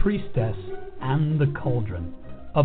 Priestess and the Cauldron, a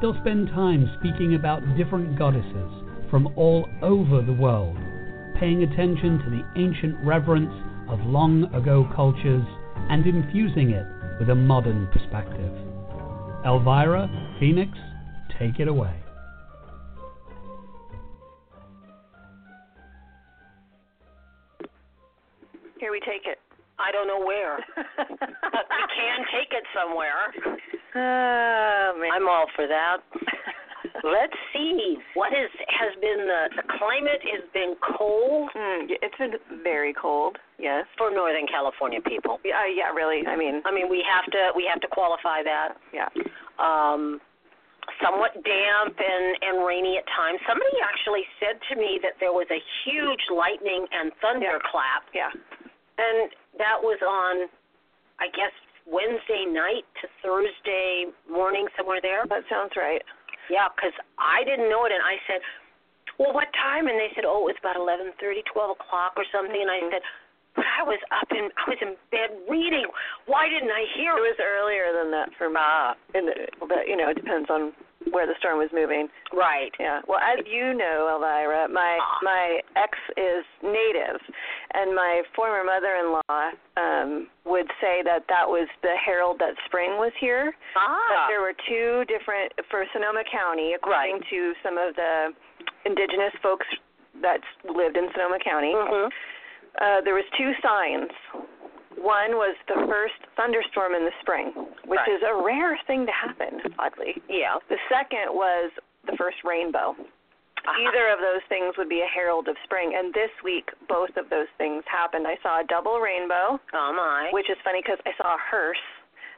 They'll spend time speaking about different goddesses from all over the world, paying attention to the ancient reverence of long ago cultures and infusing it with a modern perspective. Elvira, Phoenix, take it away. Here we take it. I don't know where, but we can take it somewhere. Oh, man. I'm all for that. Let's see what is has been the, the climate has been cold Mm, y- it's been very cold. Yes. for Northern California people. Yeah, uh, yeah, really. I mean, I mean, we have to we have to qualify that. yeah. Um, somewhat damp and and rainy at times. Somebody actually said to me that there was a huge lightning and thunderclap Yeah. And that was on, I guess, Wednesday night to Thursday morning, somewhere there. That sounds right. Yeah, because I didn't know it, and I said, "Well, what time?" And they said, "Oh, it was about eleven thirty, twelve o'clock, or something." And I said, "But I was up in, I was in bed reading. Why didn't I hear?" It was earlier than that for me. Ah. And it- but you know, it depends on where the storm was moving. right. Yeah. Well, as you know, Elvira, my my ex is native, and my former mother-in-law um would say that that was the herald that spring was here. But Ah. there were two different for Sonoma County, according to some of the indigenous folks that lived in Sonoma County. Mhm. Uh, there was two signs. One was the first thunderstorm in the spring, which Right. is a rare thing to happen, oddly. Yeah. The second was the first rainbow. Ah, Either of those things would be a herald of spring, and this week both of those things happened. I saw a double rainbow Oh my. which is funny because I saw a hearse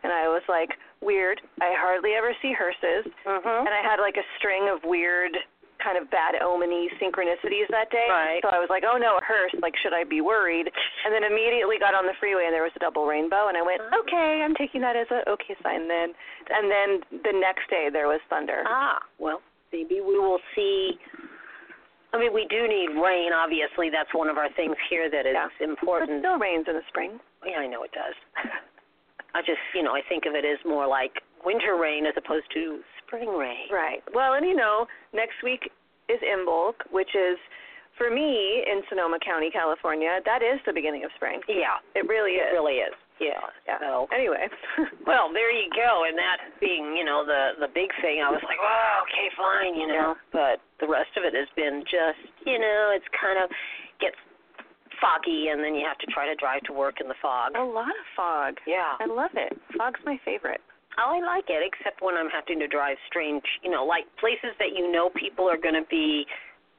and I was like, weird. I hardly ever see hearses. Mhm. And I had like a string of weird, kind of bad omeny synchronicities that day. Right. So I was like, oh no, a hearse. Like, should I be worried? And then immediately got on the freeway and there was a double rainbow. And I went, okay, I'm taking that as a okay sign then. And then the next day there was thunder. Ah. Well, maybe we will see. I mean, we do need rain. Obviously, that's one of our things here that is Yeah. But it important. still rains in the spring. Yeah, I know it does. I just, you know, I think of it as more like winter rain as opposed to spring rain. Right. Well, and you know, next week is Imbolc, which is for me in Sonoma County, California. That is the beginning of spring. Yeah, It really it is. really is. Yeah. yeah. So, Anyway. well, there you go. And that being, you know, the the big thing, I was like, wow, okay, fine, you know. But the rest of it has been just, you know, it's kind of gets foggy, and then you have to try to drive to work in the fog. a lot of fog. Yeah. I love it. Fog's my favorite. Oh, I like it, except when I'm having to drive strange, you know, like places that you know people are going to be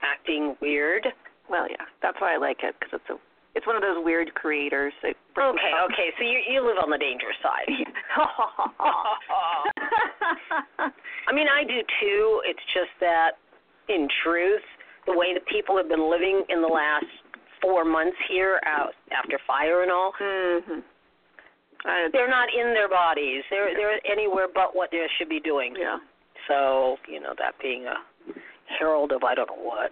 acting weird. Well, yeah. That's why I like it because it's a it's one of those weird creators that brings Okay, fog. okay. So you you live on the dangerous side. I mean, I do too. It's just that, in truth, the way that people have been living in the last four months here, out after fire and all, mhm. I, they're not in their bodies. They're they're anywhere but what they should be doing. yeah. So you know that being a herald of I don't know what.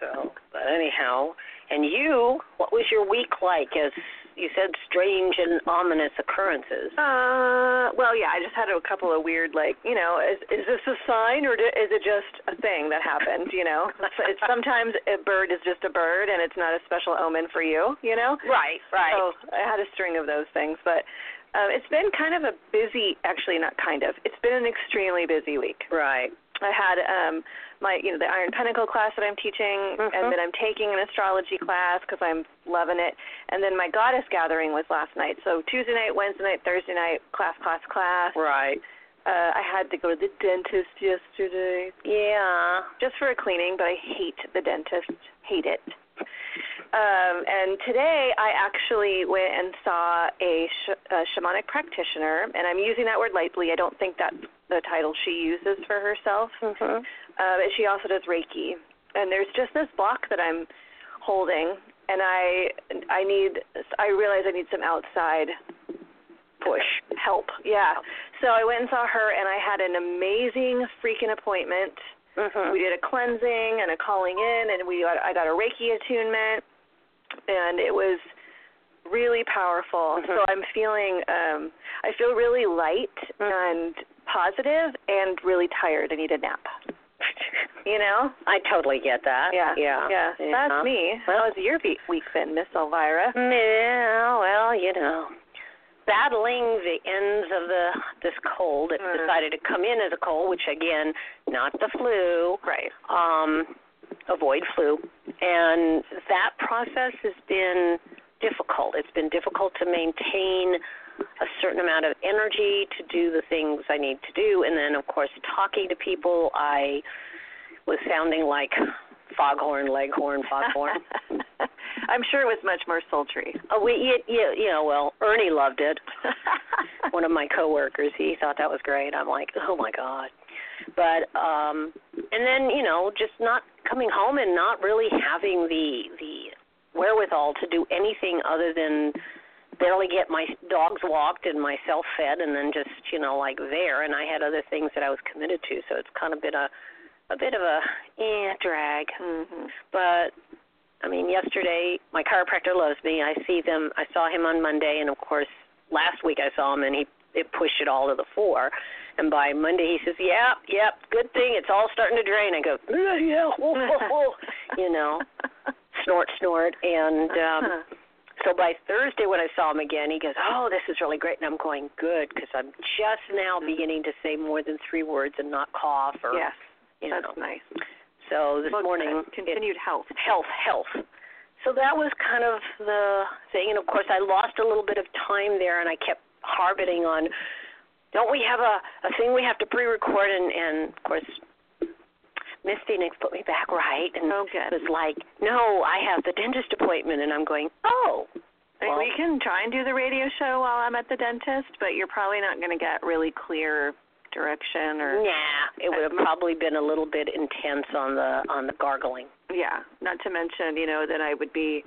So, but anyhow, and you, what was your week like? As you said, strange and ominous occurrences. Uh, well, yeah, I just had a couple of weird, like, you know, is is this a sign or d- is it just a thing that happened? You know, it's, it's sometimes a bird is just a bird and it's not a special omen for you. You know, Right, right. so Oh, I had a string of those things, but um, it's been kind of a busy, actually, not kind of. It's been an extremely busy week. Right. I had um my you know the Iron Pentacle class that I'm teaching Mhm. and then I'm taking an astrology class cuz I'm loving it and then my goddess gathering was last night. So Tuesday night, Wednesday night, Thursday night class class class. Right. Uh I had to go to the dentist yesterday Yeah. just for a cleaning, but I hate the dentist. Hate it. Um, and today I actually went and saw a, sh- a shamanic practitioner, and I'm using that word lightly. I don't think that's the title she uses for herself. Mhm. Um, and she also does Reiki. And there's just this block that I'm holding, and I I need I realize I need some outside push help. Yeah. So I went and saw her, and I had an amazing freaking appointment. Mhm. We did a cleansing and a calling in, and we got, I got a Reiki attunement, and it was really powerful. Mhm. So I'm feeling um I feel really light Mm. and positive, and really tired. I need a nap. You know? I totally get that. Yeah. Yeah. Yeah. yeah. That's me. Well- How has your ve- week been, Miss Elvira? Yeah, well, you know, battling the ends of the this cold. It Mm. decided to come in as a cold, which again, not the flu. Right. Um, avoid flu, and that process has been difficult. It's been difficult to maintain a certain amount of energy to do the things I need to do, and then of course talking to people. I was sounding like foghorn, leghorn, foghorn. I'm sure it was much more sultry. Oh, we, you, you, you know, well, Ernie loved it. One of my coworkers, he thought that was great. I'm like, oh my god. But um, and then you know, just not coming home and not really having the the wherewithal to do anything other than barely get my dogs walked and myself fed, and then just you know like there. And I had other things that I was committed to, so it's kind of been a a bit of a eh, drag hmm but I mean, yesterday my chiropractor loves me. I see them. I saw him on Monday, and of course, last week I saw him, and he it pushed it all to the floor. And by Monday, he says, "Yep, yep, good thing it's all starting to drain." I go, "Yeah, yeah, whoa, whoa, whoa," you know, snort, snort, and Uh-huh. um, so by Thursday, when I saw him again, he goes, "Oh, this is really great," and I'm going, "Good," because I'm just now Mm-hmm. beginning to say more than three words and not cough or yes, you that's know. nice. So this Well, morning, good. continued health. health health so that was kind of the thing and of course i lost a little bit of time there and i kept harboring on don't we have a a thing we have to pre-record and and of course miss phoenix put me back right and Oh, good. was like no i have the dentist appointment and i'm going oh I mean, we can try and do the radio show while I'm at the dentist, but you're probably not going to get really clear direction or nah it would have probably been a little bit intense on the on the gargling yeah. Not to mention, you know, that I would be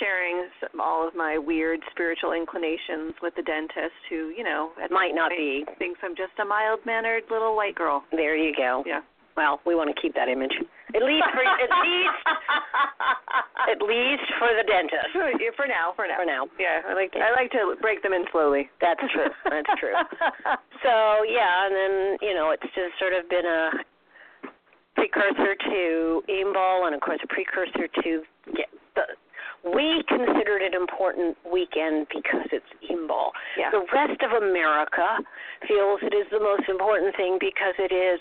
sharing some, all of my weird spiritual inclinations with the dentist, who you know at it might not point be thinks I'm just a mild mannered little white girl. there you go Yeah. well we want to keep that image at least for at least at least for the dentist for, for now, for now. for now. Yeah, I like to, I like to break them in slowly. That's true. That's true. So yeah, and then you know it's just sort of been a precursor to aimball, and of course a precursor to get the. We considered it important weekend because it's aimball. yeah. The rest of America feels it is the most important thing because it is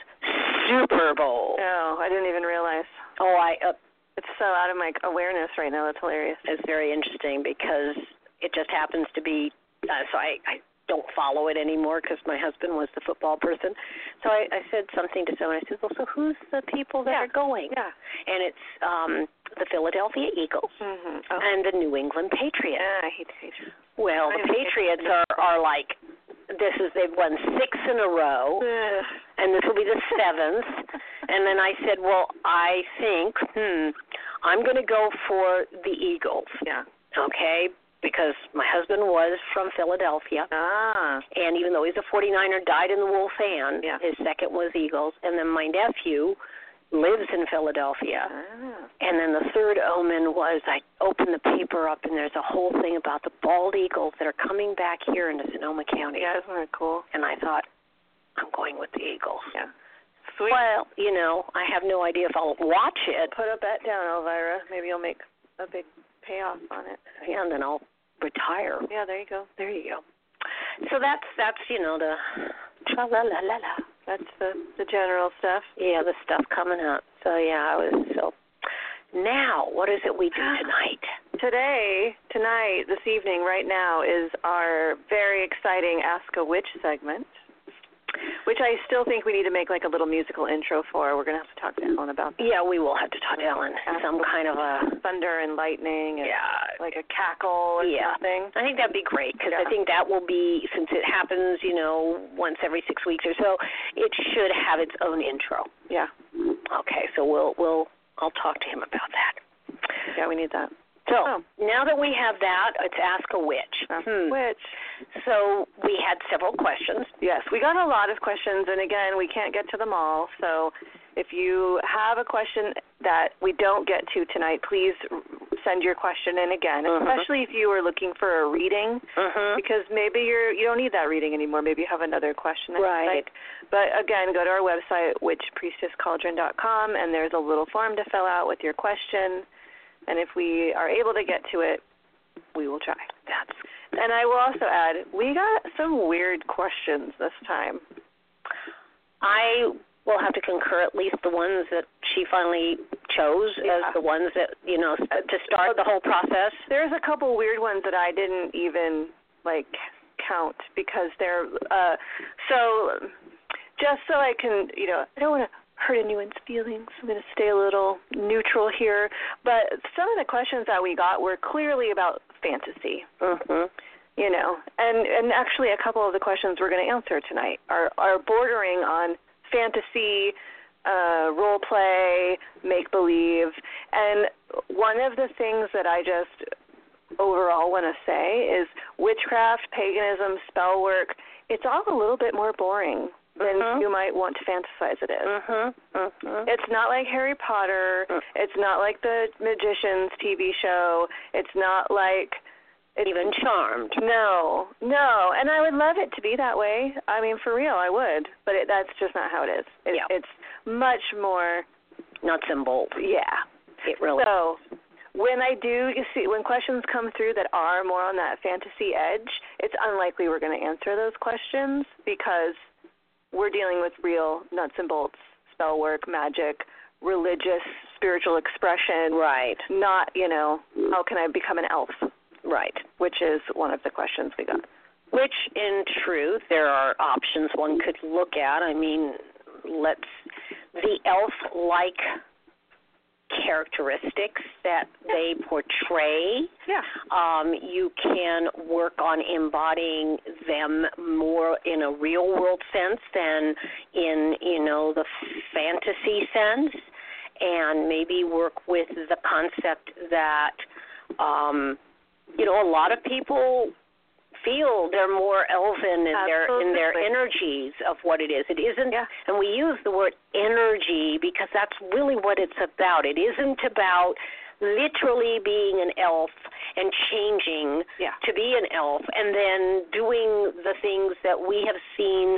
Super Bowl. Oh, I didn't even realize. Oh, I uh, It's so out of my awareness right now. That's hilarious. is very interesting because it just happens to be uh, so I, I don't follow it anymore because my husband was the football person. So I, I said something to someone. I said, "Well, so who's the people that Yeah. are going?" Yeah. And it's um the Philadelphia Eagles Mhm. Oh. and the New England Patriots. yeah, I hate Patriots. Well, the I'm- Patriots are are like this is they've won six in a row Ugh. and this will be the seventh. And then I said, well, I think, hmm, I'm going to go for the Eagles Yeah. okay, because my husband was from Philadelphia. Ah. And even though he's a 49er, died in the wool fan, Yeah. his second was Eagles. And then my nephew lives in Philadelphia. Ah. And then the third omen was I opened the paper up, and there's a whole thing about the bald eagles that are coming back here into Sonoma County. Yeah, isn't that cool? And I thought, I'm going with the Eagles. Yeah. Sweet. Well, you know, I have no idea if I'll watch it, Put a bet down, Elvira. Maybe you'll make a big payoff on it. and then I'll retire. Yeah, there you go. There you go. So that's that's you know the tra la la la la. That's the the general stuff. Yeah, the stuff coming up. So yeah, I was so. Now, what is it we do tonight? Today, tonight, this evening, right now is our very exciting Ask a Witch segment. which I still think we need to make like a little musical intro for. We're gonna have to talk to Ellen about that. Yeah, we will have to talk to Ellen. Some kind of a thunder and lightning and yeah. like a cackle or Yeah. something. I think that'd be great because Yeah. I think that will be since it happens, you know, once every six weeks or so. It should have its own intro. Yeah, Okay, so we'll we'll I'll talk to him about that. yeah, we need that. So Oh. now that we have that, it's ask a witch. Ask Hmm. Which So we had several questions. yes, we got a lot of questions, and again, we can't get to them all. So if you have a question that we don't get to tonight, please r- send your question in again, Mhm. especially if you are looking for a reading. Mm-hmm. because maybe you're you don't need that reading anymore. Maybe you have another question. that you'd Right. like. But again, go to our website witchpriestesscauldron.com and there's a little form to fill out with your question. And if we are able to get to it, we will try. That's And I will also add, we got some weird questions this time. I will have to concur at least the ones that she finally chose Yeah. as the ones that you know to start the whole process. There's a couple weird ones that I didn't even like count because they're uh so just so I can, you know, I don't want to hurt anyone's feelings. I'm going to stay a little neutral here, but some of the questions that we got were clearly about fantasy, Mm-hmm. you know. And and actually a couple of the questions we're going to answer tonight are are bordering on fantasy uh, role play, make believe. And one of the things that I just overall want to say is witchcraft, paganism, spell work, it's all a little bit more boring than Mhm. you might want to fantasize it is. Mm-hmm. Mm-hmm. It's not like Harry Potter. Mm. It's not like the Magicians TV show. It's not like it's Even charmed. no, no, and I would love it to be that way. I mean, for real, I would, but it, that's just not how it is. It, Yeah. It's much more, Nuts and bolts. yeah. It really. So when I do, you see, when questions come through that are more on that fantasy edge, it's unlikely we're going to answer those questions because we're dealing with real nuts and bolts, spell work, magic, religious, spiritual expression. right. Not, you know, how can I become an elf? Right. Which is one of the questions we got. Which, in truth, there are options one could look at. I mean, let's the elf-like characteristics that they portray. Yeah. um, you can work on embodying them more in a real world sense than in you know the fantasy sense and maybe work with the concept that um, you know a lot of people feel they're more elven in their in their Absolutely. energies of what it is it isn't Yeah. and we use the word energy because that's really what it's about. It isn't about literally being an elf and changing Yeah. to be an elf and then doing the things that we have seen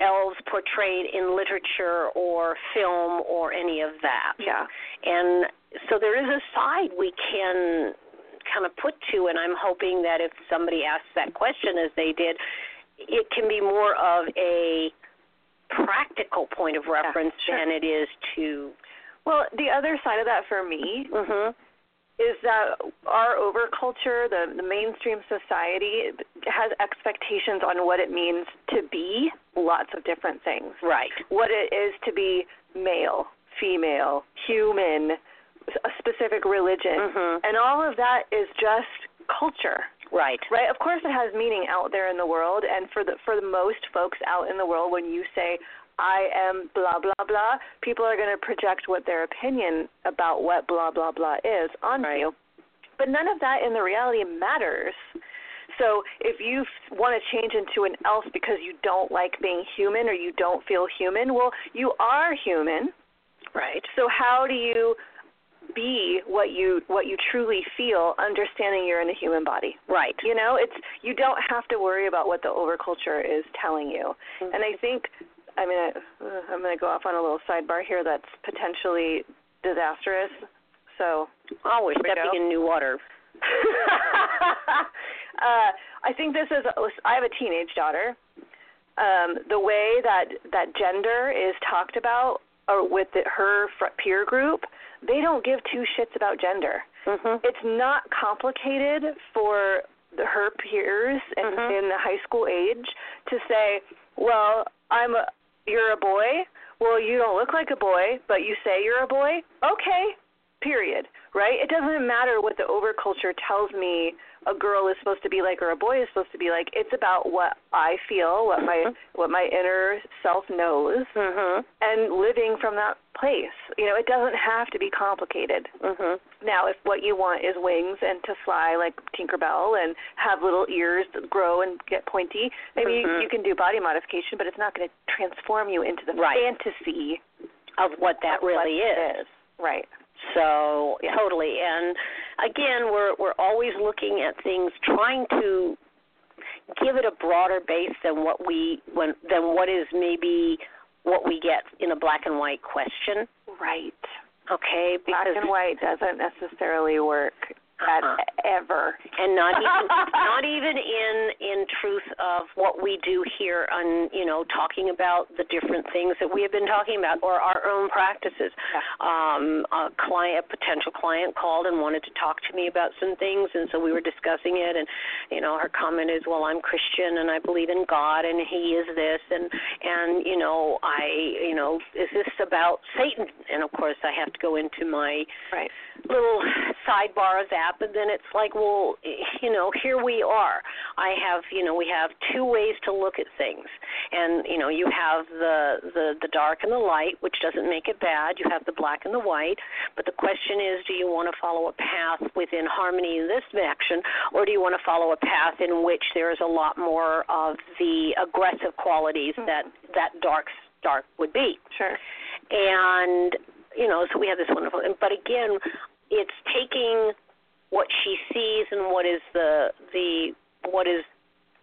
elves portrayed in literature or film or any of that. Yeah. And so there is a side we can kind of put to, and I'm hoping that if somebody asks that question as they did, it can be more of a practical point of reference sure. than it is to. Well, the other side of that for me Mhm. is that our overculture, the the mainstream society has expectations on what it means to be lots of different things. Right. What it is to be male, female, human, a specific religion. Mhm. And all of that is just culture. Right. Right. Of course, it has meaning out there in the world, and for the for the most folks out in the world, when you say I am blah blah blah, people are going to project what their opinion about what blah blah blah is onto Right. you. But none of that in the reality matters. So if you f- want to change into an elf because you don't like being human or you don't feel human, well, you are human. Right. So how do you be what you what you truly feel, understanding you're in a human body? Right. You know, it's you don't have to worry about what the overculture is telling you. And I think, I mean, I, uh, I'm going to go off on a little sidebar here that's potentially disastrous. So, Oh, we're we stepping go. in new water. uh, I think this is. I have a teenage daughter. Um, the way that that gender is talked about, or with the, her fr- peer group, they don't give two shits about gender Mhm. it's not complicated for the, her peers in, Mhm. in the high school age to say, well, I'm a, you're a boy. Well, you don't look like a boy, but you say you're a boy. Okay. Period. Right? It doesn't matter what the overculture tells me a girl is supposed to be like or a boy is supposed to be like. It's about what I feel, what my what my inner self knows Mhm. and living from that place. You know, it doesn't have to be complicated. Mhm. Now, if what you want is wings and to fly like Tinkerbell and have little ears that grow and get pointy, maybe Mhm. you, you can do body modification, but it's not going to transform you into the Right. fantasy. Of what that of what really it is. Right. So Yeah. totally, and again, we're we're always looking at things, trying to give it a broader base than what we when than what is maybe what we get in a black and white question. Right. Okay, Black because and white doesn't necessarily work at Uh-huh. ever. and not even not even in in truth of what we do here on you know talking about the different things that we have been talking about or our own practices um a client a potential client called and wanted to talk to me about some things and so we were discussing it and you know her comment is well I'm Christian and I believe in God and he is this and and you know I you know is this about Satan and of course I have to go into my Right. little sidebar of that, but then it's like, well, you know, here we are. I have, you know, we have two ways to look at things, and you know, you have the the the dark and the light, which doesn't make it bad. You have the black and the white, but the question is, do you want to follow a path within harmony in this action, or do you want to follow a path in which there is a lot more of the aggressive qualities that that dark dark would be? Sure. and you know so we have this wonderful but again it's taking what she sees and what is the the what is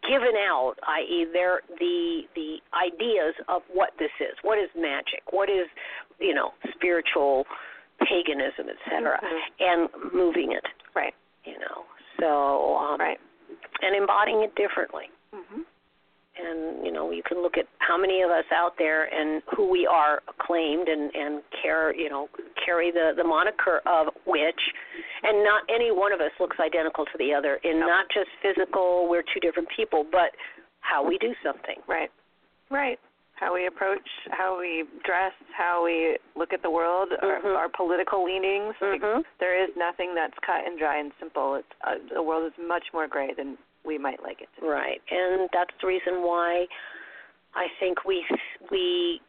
given out i.e. their the the ideas of what this is what is magic what is you know spiritual paganism etc Mhm. and moving it Right. you know so um, Right. and embodying it differently Mhm. and you know you can look at how many of us out there and who we are acclaimed and and care you know carry the the moniker of witch and not any one of us looks identical to the other in not just physical we're two different people but how we do something Right. Right. How we approach, how we dress, how we look at the world, Mhm. our, our political leanings. Like, Mhm. there is nothing that's cut and dry and simple. It's, uh, the world is much more gray than we might like it to be. Right, and that's the reason why I think we we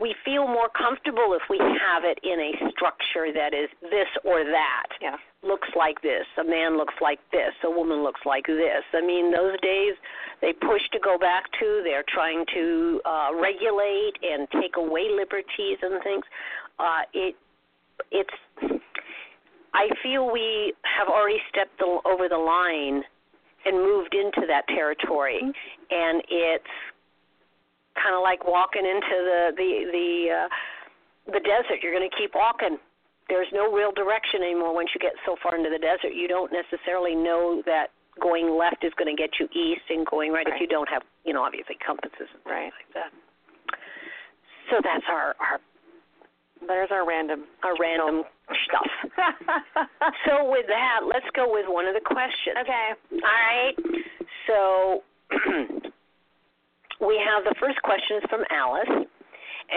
we feel more comfortable if we have it in a structure that is this or that. Yeah. Looks like this. A man looks like this. A woman looks like this. I mean, those days they push to go back to. They're trying to uh, regulate and take away liberties and things. Uh, it it's I feel we have already stepped the, over the line and moved into that territory, Mhm. and it's kind of like walking into the the the uh, the desert. You're going to keep walking. There's no real direction anymore. Once you get so far into the desert, you don't necessarily know that going left is going to get you east, and going right, if Right. you don't have you know obviously compasses and things Right. like that. So that's our our There's our random. our random stuff. So with that, let's go with one of the questions. okay. All right. So we have the first question is from Alice,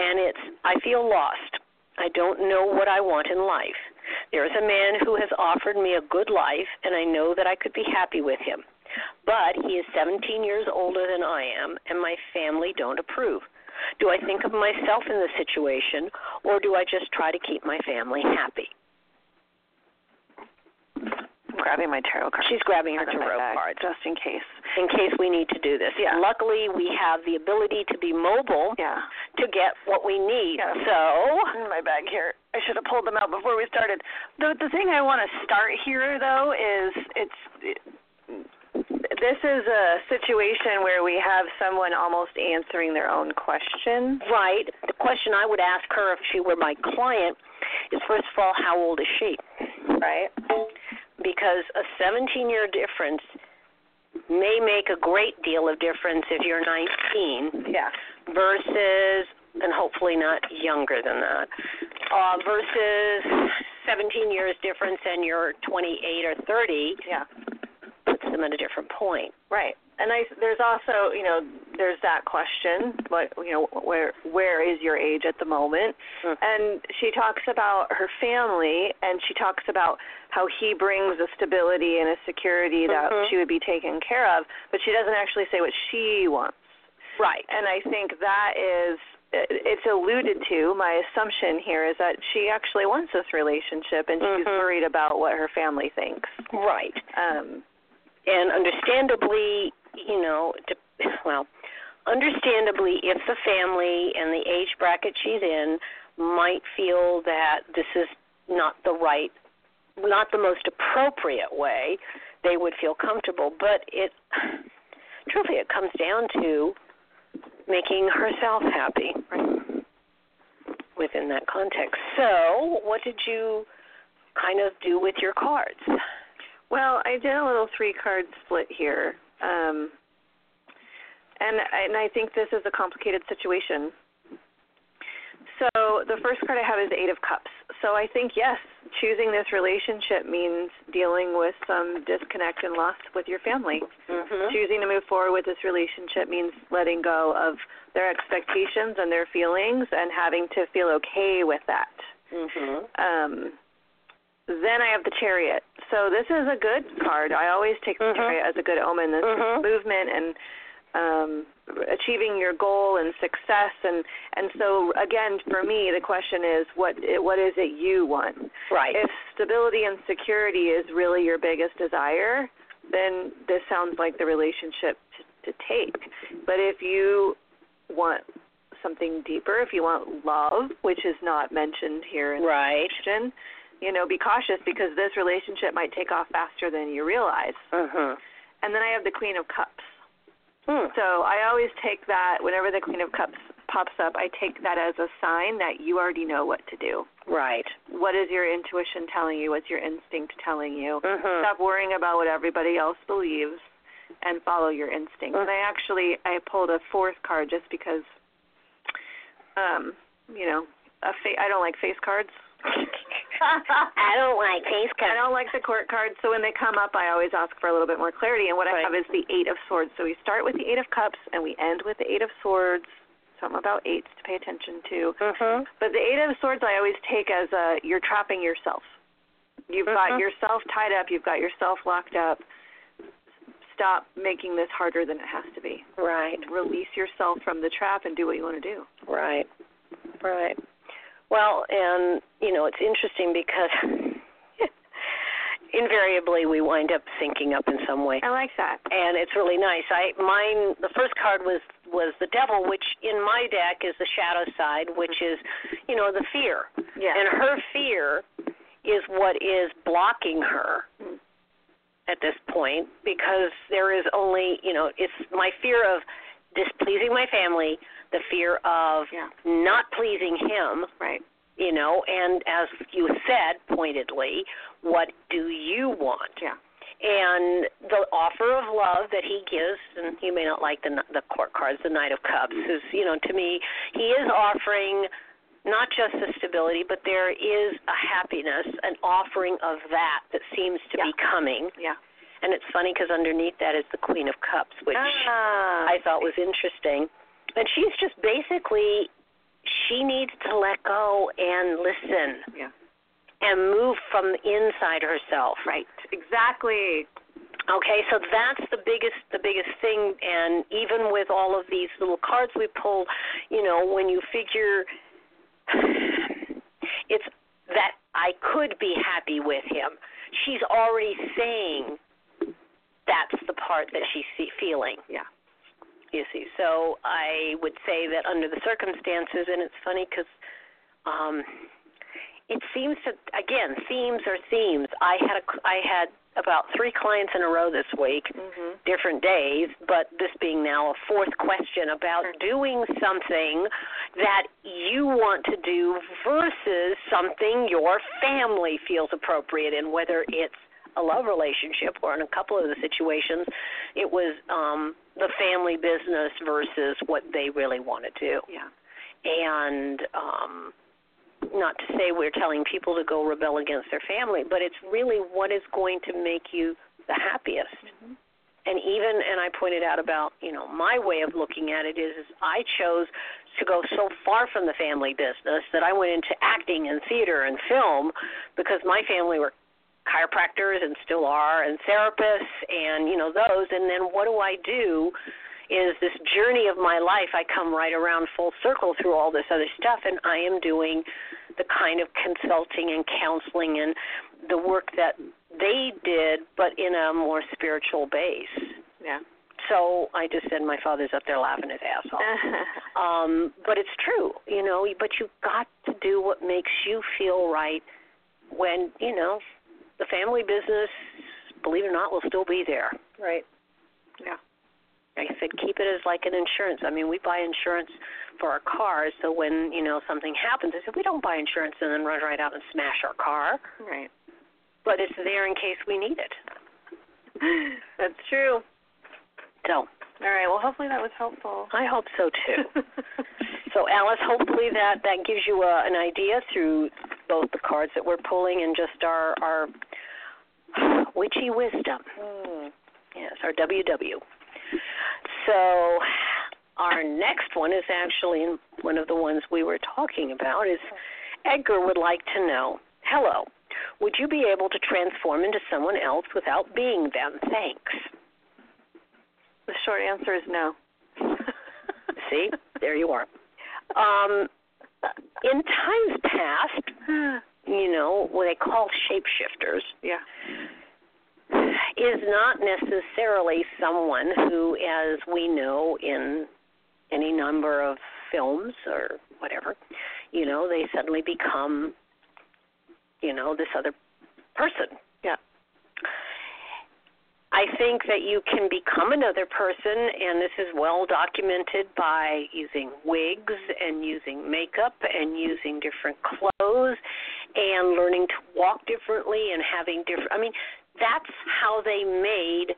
and it's I feel lost. I don't know what I want in life. There is a man who has offered me a good life, and I know that I could be happy with him. But he is 17 years older than I am, and my family don't approve. Do I think of myself in this situation, or do I just try to keep my family happy? I'm grabbing my tarot card. She's grabbing her out of my tarot bag, cards. Just in case. in case we need to do this. Yeah. Luckily, we have the ability to be mobile Yeah. to get what we need. Yeah. So, In my bag here. I should have pulled them out before we started. The the thing I want to start here though is it's this is a situation where we have someone almost answering their own question. right, the question I would ask her if she were my client is first of all, how old is she? Right. Because a 17 year difference may make a great deal of difference if you're 19 Yeah. versus, and hopefully not younger than that, uh, versus 17 years difference and you're 28 or 30 Yeah. puts them at a different point. Right. And I there's also, you know, there's that question. What you know, where where is your age at the moment? Mm. And she talks about her family, and she talks about how he brings a stability and a security that Mhm. she would be taken care of, but she doesn't actually say what she wants. Right. And I think that is it- it's alluded to. My assumption here is that she actually wants this relationship, and she's Mhm. worried about what her family thinks. Right. Um, and understandably, you know, to, well, understandably, if the family and the age bracket she's in might feel that this is not the right, not the most appropriate way, they would feel comfortable. But it, truthfully, it comes down to making herself happy within that context. So, what did you kind of do with your cards? Well, I did a little three card split here. Um and and I think this is a complicated situation. So the first card I have is the 8 of cups. So I think yes, choosing this relationship means dealing with some disconnect and loss with your family. Mm-hmm. Choosing to move forward with this relationship means letting go of their expectations and their feelings and having to feel okay with that Mm-hmm. um then I have the chariot. So this is a good card. I always take the Mhm. chariot as a good omen. This Mhm. movement and um achieving your goal and success and and so again for me the question is what what is it you want? Right. If stability and security is really your biggest desire, then this sounds like the relationship to, to take. But if you want something deeper, if you want love, which is not mentioned here in the right. question, you know, be cautious because this relationship might take off faster than you realize. Mhm. And then I have the Queen of Cups. Hmm. So I always take that whenever the Queen of Cups pops up, I take that as a sign that you already know what to do. Right. What is your intuition telling you? What's your instinct telling you? Mhm. Stop worrying about what everybody else believes and follow your instinct. And I actually I pulled a fourth card just because um, you know, a fa- I don't like face cards. I don't like face I cards. don't like the court cards, so when they come up, I always ask for a little bit more clarity. And what I Right. have is the Eight of Swords. So we start with the Eight of Cups and we end with the Eight of Swords. Something about eights to pay attention to. Mhm. But the Eight of Swords I always take as a you're trapping yourself. You've got Mhm. yourself tied up, you've got yourself locked up. Stop making this harder than it has to be. Right. Release yourself from the trap and do what you want to do. Right. Right. Well, and you know, it's interesting because invariably we wind up syncing up in some way. I like that. and it's really nice. I mine the first card was was the devil, which in my deck is the shadow side, which is, you know, the fear. Yeah. And her fear is what is blocking her Mm. at this point because there is only, you know, it's my fear of displeasing my family, the fear of Yeah. not pleasing him, Right. you know, and as you said pointedly, what do you want? Yeah. and the offer of love that he gives and you may not like the the court cards the knight of cups is you know to me he is offering not just the stability but there is a happiness an offering of that that seems to be coming Yeah. and it's funny because underneath that is the queen of cups which ah. i thought was interesting and she's just basically she needs to let go and listen Yeah. and move from inside herself Right. Exactly. Okay, so that's the biggest the biggest thing and even with all of these little cards we pulled, you know, when you figure it's that I could be happy with him. She's already saying that's the part that she's see- feeling. Yeah. You see, so I would say that under the circumstances, and it's funny because um, it seems to again themes are themes. I had a, I had about three clients in a row this week, Mhm. different days, but this being now a fourth question about doing something that you want to do versus something your family feels appropriate in, whether it's a love relationship or in a couple of the situations, it was um, the family business versus what they really want to do Yeah. and um not to say we're telling people to go Mm-hmm. rebel against their family, but it's really what is going to make you the happiest. and even and I pointed out about you know my way of looking at it is, is I chose to go so far from the family business that I went into acting and theater and film because my family were chiropractors and still are and therapists and you know those and then what do I do is this journey of my life I come right around full circle through all this other stuff and I am doing the kind of consulting and counseling and the work that they did but in a more spiritual base. Yeah. So I just said my father's up there laughing his ass off. Oh. um but it's true, you know, but you've got to do what makes you feel right when, you know, the family business, believe it or not, will still be there. right. Yeah. I said keep it as like an insurance. I mean, we buy insurance for our cars, so when you know something happens, I said we don't buy insurance and then run right out and smash our car, Right. but it's there in case we need it. That's true. So All right. Well, hopefully that was helpful. I hope so too. so Alice, hopefully that that gives you a, an idea through both the cards that we're pulling and just our our witchy wisdom. Hmm. Yes, our WW. So our next one is actually one of the ones we were talking about is Edgar would like to know, hello, would you be able to transform into someone else without being them? Thanks. The short answer is no. See, there you are. Um, in times past, you know, what they call shapeshifters, yeah. is not necessarily someone who, as we know in any number of films or whatever, you know, they suddenly become, you know, this other person. Yeah. I think that you can become another person, and this is well documented by using wigs and using makeup and using different clothes and learning to walk differently and having different. I mean, that's how they made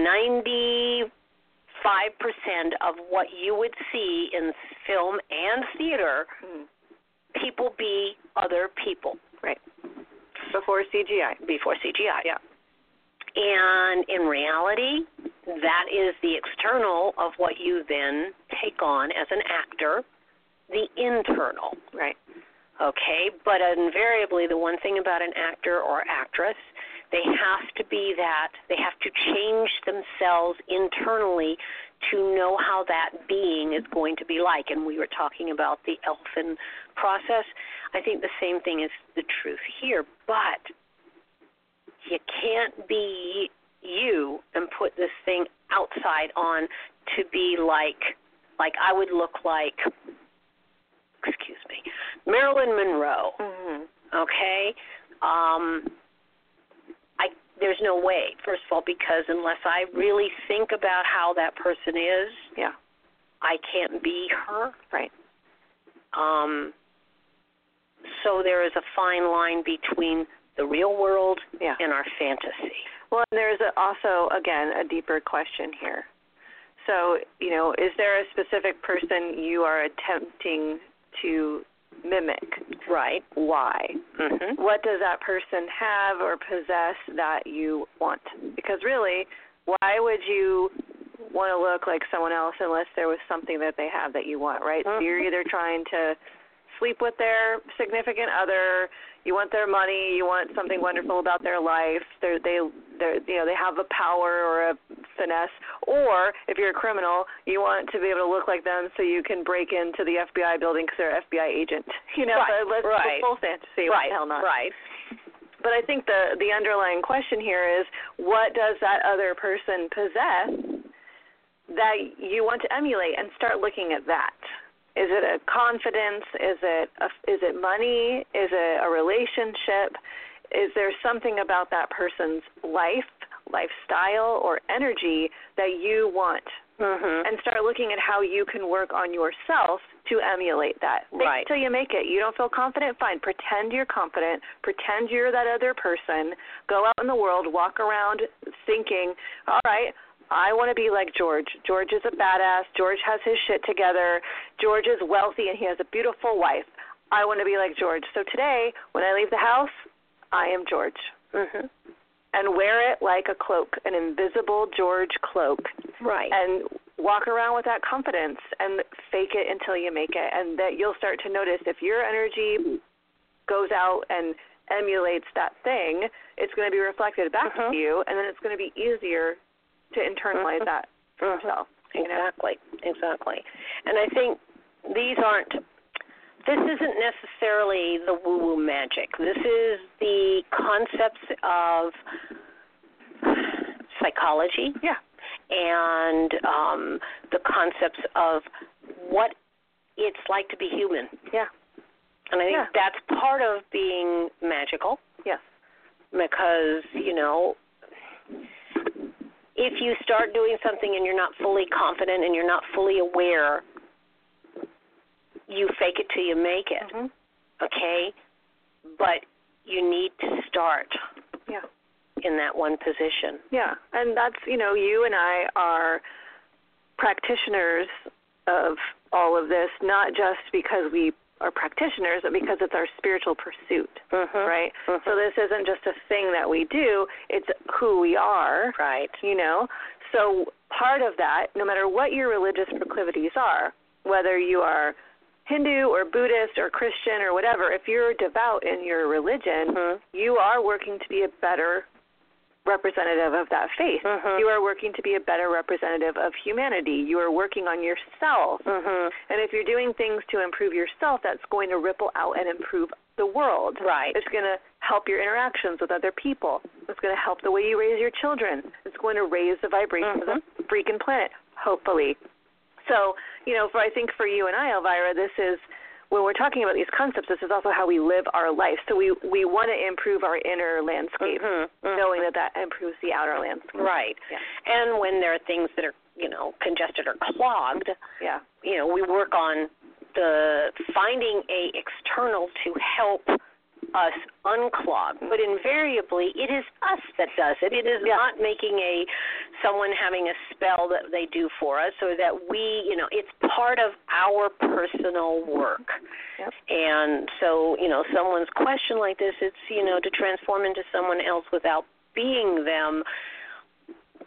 95% of what you would see in film and theater Mm. people be other people Right. Before CGI. before CGI. Yeah. And in reality, that is the external of what you then take on as an actor, the internal. Right. Okay, but invariably, the one thing about an actor or actress, they have to be that, they have to change themselves internally to know how that being is going to be like. And we were talking about the elfin process. I think the same thing is the truth here, but you can't be you and put this thing outside on to be like, like I would look like, excuse me, Marilyn Monroe. Mm-hmm. Okay, um, I there's no way. First of all, because unless I really think about how that person is, Yeah. I can't be her. Right. Um, so there is a fine line between the real world Yeah. and our fantasy. Well, and there's a, also, again, a deeper question here. So, you know, is there a specific person you are attempting to mimic? Right. Why? Mhm. What does that person have or possess that you want? Because really, why would you want to look like someone else unless there was something that they have that you want, right? So you're Mhm. either trying to sleep with their significant other, you want their money, you want something wonderful about their life, they're, they they're, you know they have a power or a finesse, or if you're a criminal, you want to be able to look like them so you can break into the FBI building because they're an FBI agent. You know, Right, so let's go right. full fantasy, why Right. the hell not? Right. But I think the the underlying question here is what does that other person possess that you want to emulate and start looking at that. Is it a confidence? Is it a, is it money? Is it a relationship? Is there something about that person's life, lifestyle, or energy that you want? Mhm. And start looking at how you can work on yourself to emulate that. Fake it Right. Till you make it. You don't feel confident? Fine. Pretend you're confident. Pretend you're that other person. Go out in the world, walk around thinking, all right, I want to be like George. George is a badass. George has his shit together. George is wealthy and he has a beautiful wife. I want to be like George. So today, when I leave the house, I am George. Mhm. and wear it like a cloak, an invisible George cloak, Right. and walk around with that confidence and fake it until you make it. And that you'll start to notice if your energy goes out and emulates that thing, it's going to be reflected back Mhm. to you, and then it's going to be easier to internalize Mhm. that Mhm. yourself. You know? Exactly, exactly. And I think these aren't, this isn't necessarily the woo woo magic. This is the concepts of psychology Yeah. and um, the concepts of what it's like to be human. Yeah. And I think Yeah. that's part of being magical Yes. because you know if you start doing something and you're not fully confident and you're not fully aware you fake it till you make it Mhm. okay but you need to start Yeah. in that one position Yeah, and that's you know you and I are practitioners of all of this, not just because we are practitioners, but because it's our spiritual pursuit, right? Mhm. So this isn't just a thing that we do; it's who we are, right you know. So part of that, no matter what your religious proclivities are, whether you are Hindu or Buddhist or Christian or whatever, if you're devout in your religion, mhm you are working to be a better representative of that faith. Mhm. You are working to be a better representative of humanity. You are working on yourself. mhm And if you're doing things to improve yourself, that's going to ripple out and improve the world. right It's going to help your interactions with other people. It's going to help the way you raise your children. It's going to raise the vibration of the freaking planet, hopefully. So, you know, for I think for you and I, Elvira, this is when we're talking about these concepts, this is also how we live our life. So we we want to improve our inner landscape, Mhm. Mhm. knowing that that improves the outer landscape. right Yeah. and when there are things that are you know congested or clogged Yeah. you know, we work on the finding a external to help us unclog. But invariably, it is us that does it. It is Yeah. not making a someone having a spell that they do for us, so that we, you know, it's part of our personal work. Yep. And so, you know, someone's question like this, it's you know, to transform into someone else without being them.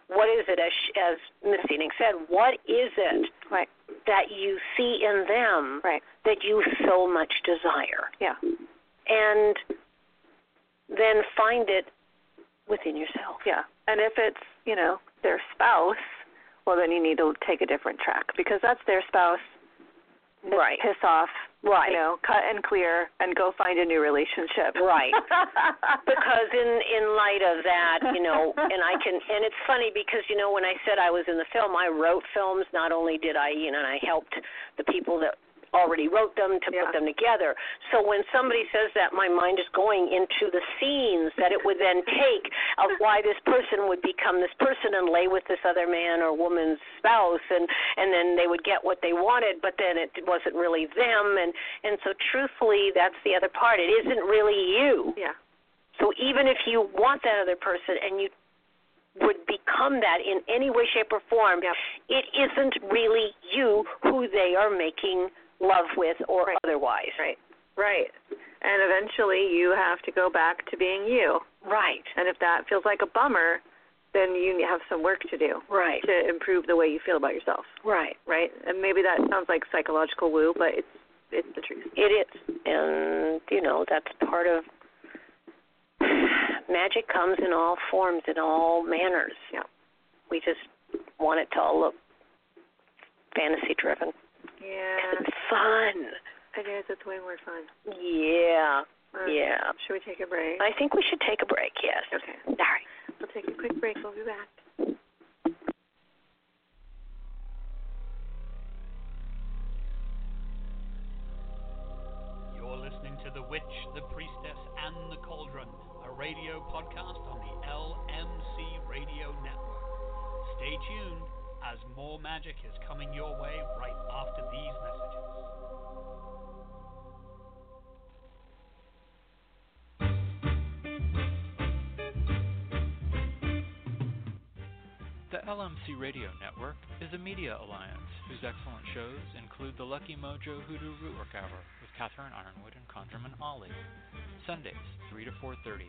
What is it, as sh- as Miss Phoenix said? What is it Right. that you see in them Right. that you so much desire. Yeah. And then find it within yourself. Yeah. And if it's, you know, their spouse, well then you need to take a different track because that's their spouse. Just Right. Piss off. Right. You know, cut and clear and go find a new relationship. Right. because in in light of that you know and i can and it's funny because you know when i said i was in the film i wrote films not only did i you know and i helped the people that already wrote them to Yeah. put them together so when somebody says that my mind is going into the scenes that it would then take of why this person would become this person and lay with this other man or woman's spouse and and then they would get what they wanted but then it wasn't really them and and so truthfully that's the other part it isn't really you yeah. so even if you want that other person and you would become that in any way, shape, or form, Yeah. it isn't really you who they are making love with or Right. otherwise. Right. Right. And eventually you have to go back to being you. Right. And if that feels like a bummer, then you have some work to do Right. to improve the way you feel about yourself, Right. right? And maybe that sounds like psychological woo, but it's it's the truth. It is. And, you know, that's part of magic comes in all forms, in all manners. Yeah. We just want it to all look fantasy driven. Yeah. It's fun. I guess it's way more fun. Yeah. Uh, Yeah. Should we take a break? I think we should take a break, yes. Okay. All right. We'll take a quick break. We'll be back. You're listening to The Witch, The Priestess, and The Cauldron, a radio podcast on the LMC Radio Network. Stay tuned as more magic is coming your way right after these messages. The LMC Radio Network is a media alliance whose excellent shows include the Lucky Mojo Hoodoo Rootwork Hour with Catherine Ironwood and Conjurman Ollie, Sundays 3 to 4:30,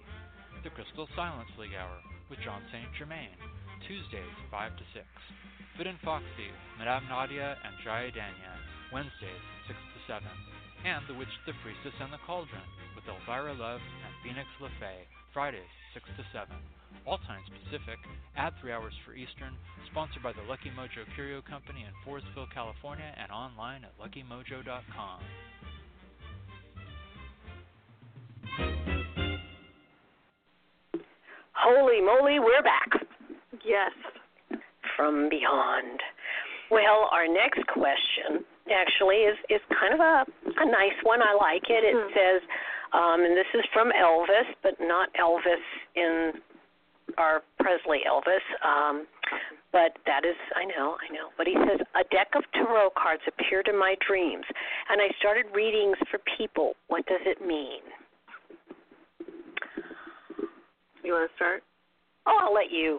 The Crystal Silence League Hour with John St. Germain, Tuesdays 5 to 6. Fit and Foxy, Madame Nadia and Jaya Danya, Wednesdays 6 to 7. And The Witch, the Priestess, and the Cauldron with Elvira Love and Phoenix LaFay, Fridays 6 to 7. All times Pacific, add 3 hours for Eastern, sponsored by the Lucky Mojo Curio Company in Forestville, California, and online at luckymojo.com. Holy moly, we're back Yes. from beyond. Well, our next question actually is is kind of a a nice one. I like it. It Hmm. says, um, and this is from Elvis, but not Elvis in our Presley Elvis. Um, but that is, I know, I know. But he says, a deck of tarot cards appeared in my dreams, and I started readings for people. What does it mean? You want to start? Oh, I'll let you.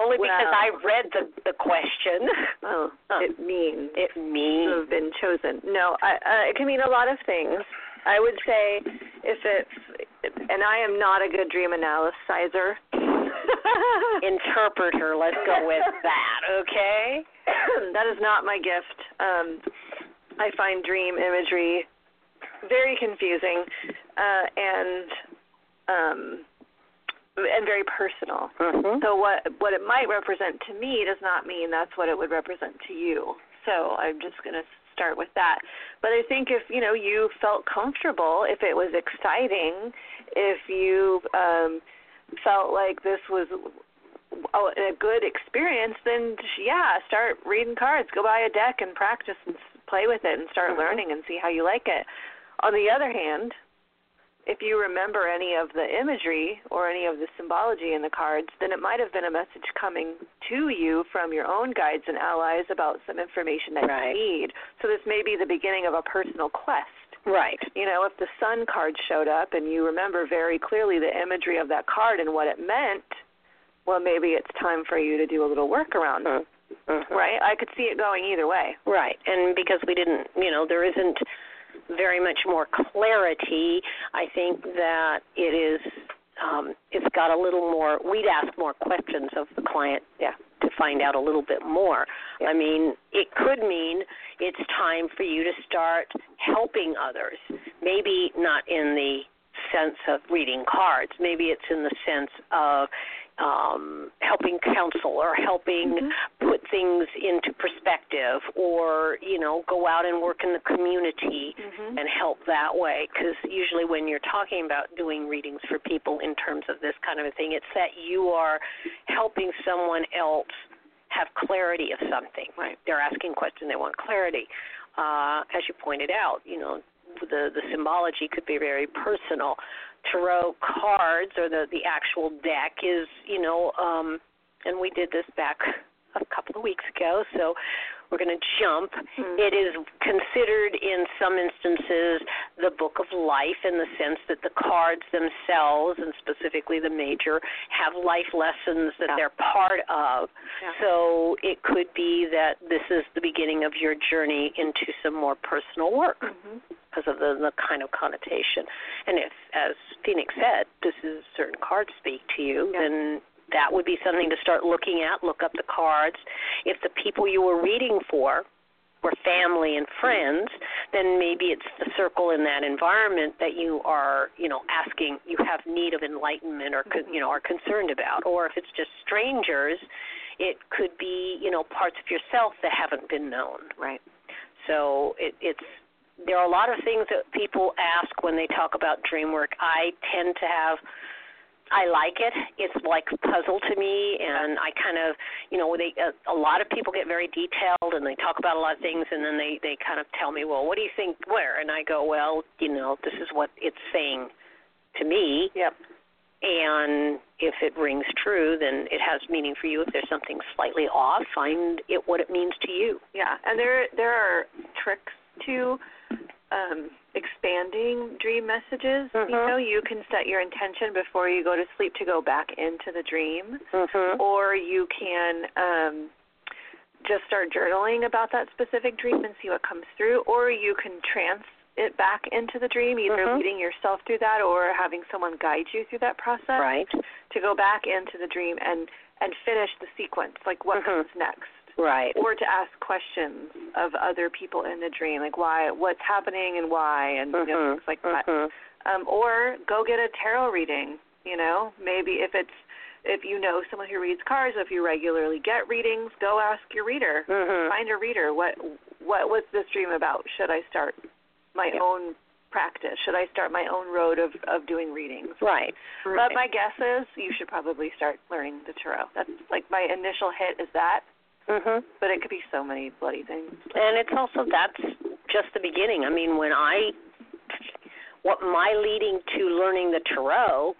Only because Well. I read the the question. oh, it means It to means have been chosen. No, I, uh, it can mean a lot of things. I would say if it's, and I am not a good dream analysizer. Mm. interpreter. Let's go with that, okay? that is not my gift. Um, I find dream imagery very confusing uh, and um, and very personal. Mm-hmm. So what what it might represent to me does not mean that's what it would represent to you. So I'm just going to start with that. But I think if you know you felt comfortable, if it was exciting, if you um, felt like this was oh, a good experience, then yeah, start reading cards. Go buy a deck and practice and s- play with it and start Mhm. learning and see how you like it. On the other hand, if you remember any of the imagery or any of the symbology in the cards, then it might have been a message coming to you from your own guides and allies about some information that Right. you need. So this may be the beginning of a personal quest Right. you know, if the sun card showed up and you remember very clearly the imagery of that card and what it meant, well, maybe it's time for you to do a little workaround, right? I could see it going either way. Mm-hmm. Right. And because we didn't, you know, there isn't very much more clarity, I think that it is um it's got a little more we'd ask more questions of the client Yeah. to find out a little bit more. Yeah. I mean, it could mean it's time for you to start helping others. Maybe not in the sense of reading cards. Maybe it's in the sense of um, helping counsel or helping put things into perspective, or you know, go out and work in the community Mm-hmm. and help that way because usually when you're talking about doing readings for people in terms of this kind of a thing it's that you are helping someone else have clarity of something Right. they're asking questions they want clarity uh, as you pointed out you know the the symbology could be very personal tarot cards or the the actual deck is you know um and we did this back a couple of weeks ago so we're going to jump Mm-hmm. it is considered in some instances the book of life in the sense that the cards themselves, and specifically the major, have life lessons Yeah. that they're part of. Yeah. So it could be that this is the beginning of your journey into some more personal work Mm-hmm. because of the, the kind of connotation. And if, as Phoenix said, this is certain cards speak to you, Yeah. then that would be something to start looking at. Look up the cards. If the people you were reading for were family and friends, then maybe it's the circle in that environment that you are, you know, asking you have need of enlightenment or con- you know are concerned about. Or if it's just strangers, it could be you know parts of yourself that haven't been known. Right. So it, it's there are a lot of things that people ask when they talk about dream work. I tend to have I like it. It's like a puzzle to me, and I kind of you know they a, a lot of people get very detailed and they talk about a lot of things, and then they they kind of tell me, well, what do you think where? And I go, well, you know, this is what it's saying to me Yep. and if it rings true then it has meaning for you if there's something slightly off find it what it means to you Yeah. And there there are tricks to um expanding dream messages. Mhm. You know, you can set your intention before you go to sleep to go back into the dream. mhm or you can um, just start journaling about that specific dream and see what comes through, or you can trans it back into the dream, either Mhm. leading yourself through that or having someone guide you through that process Right. to go back into the dream and and finish the sequence, like what Mhm. comes next. Right. Or to ask questions of other people in the dream, like why, what's happening, and why, and you know, Mhm. things like that Mhm. um, or go get a tarot reading. You know, maybe if it's if you know someone who reads cards, if you regularly get readings, go ask your reader, Mhm. find a reader. What what was this dream about? Should I start my Yeah. own practice? Should I start my own road of of doing readings? Right. But my guess is you should probably start learning the tarot. That's like my initial hit is that, Mhm. but it could be so many bloody things. And it's also that's just the beginning. I mean, when I what my leading to learning the tarot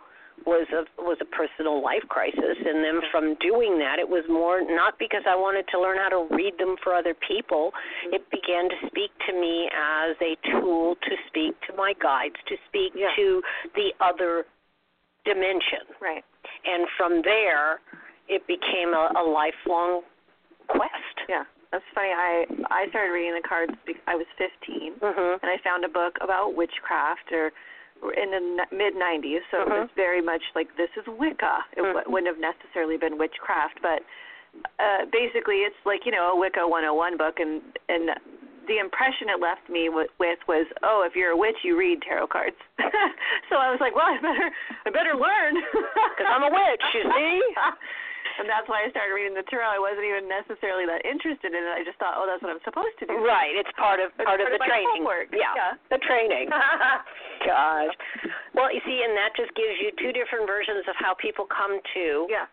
was a was a personal life crisis, and then from doing that, it was more not because I wanted to learn how to read them for other people. It began to speak to me as a tool to speak to my guides, to speak Yeah. to the other dimension. Right. and from there it became a, a lifelong quest. Yeah. That's funny. I I started reading the cards. Be- I was 15. Mhm. and I found a book about witchcraft or or in the mid 90s, so it was Mhm. very much like this is Wicca. It w- Mhm. wouldn't have necessarily been witchcraft, but uh basically it's like, you know, a Wicca 101 book and and the impression it left me w- with was, "Oh, if you're a witch, you read tarot cards." so I was like, "Well, I better I better learn." Cuz I'm a witch, you see? and that's why I started reading the tarot. I wasn't even necessarily that interested in it. I just thought, "Oh, that's what I'm supposed to do." Right, it's part of It's part of the my training. homework. Yeah. The training. yeah. Gosh. Well, you see, and that just gives you two different versions of how people come to Yeah,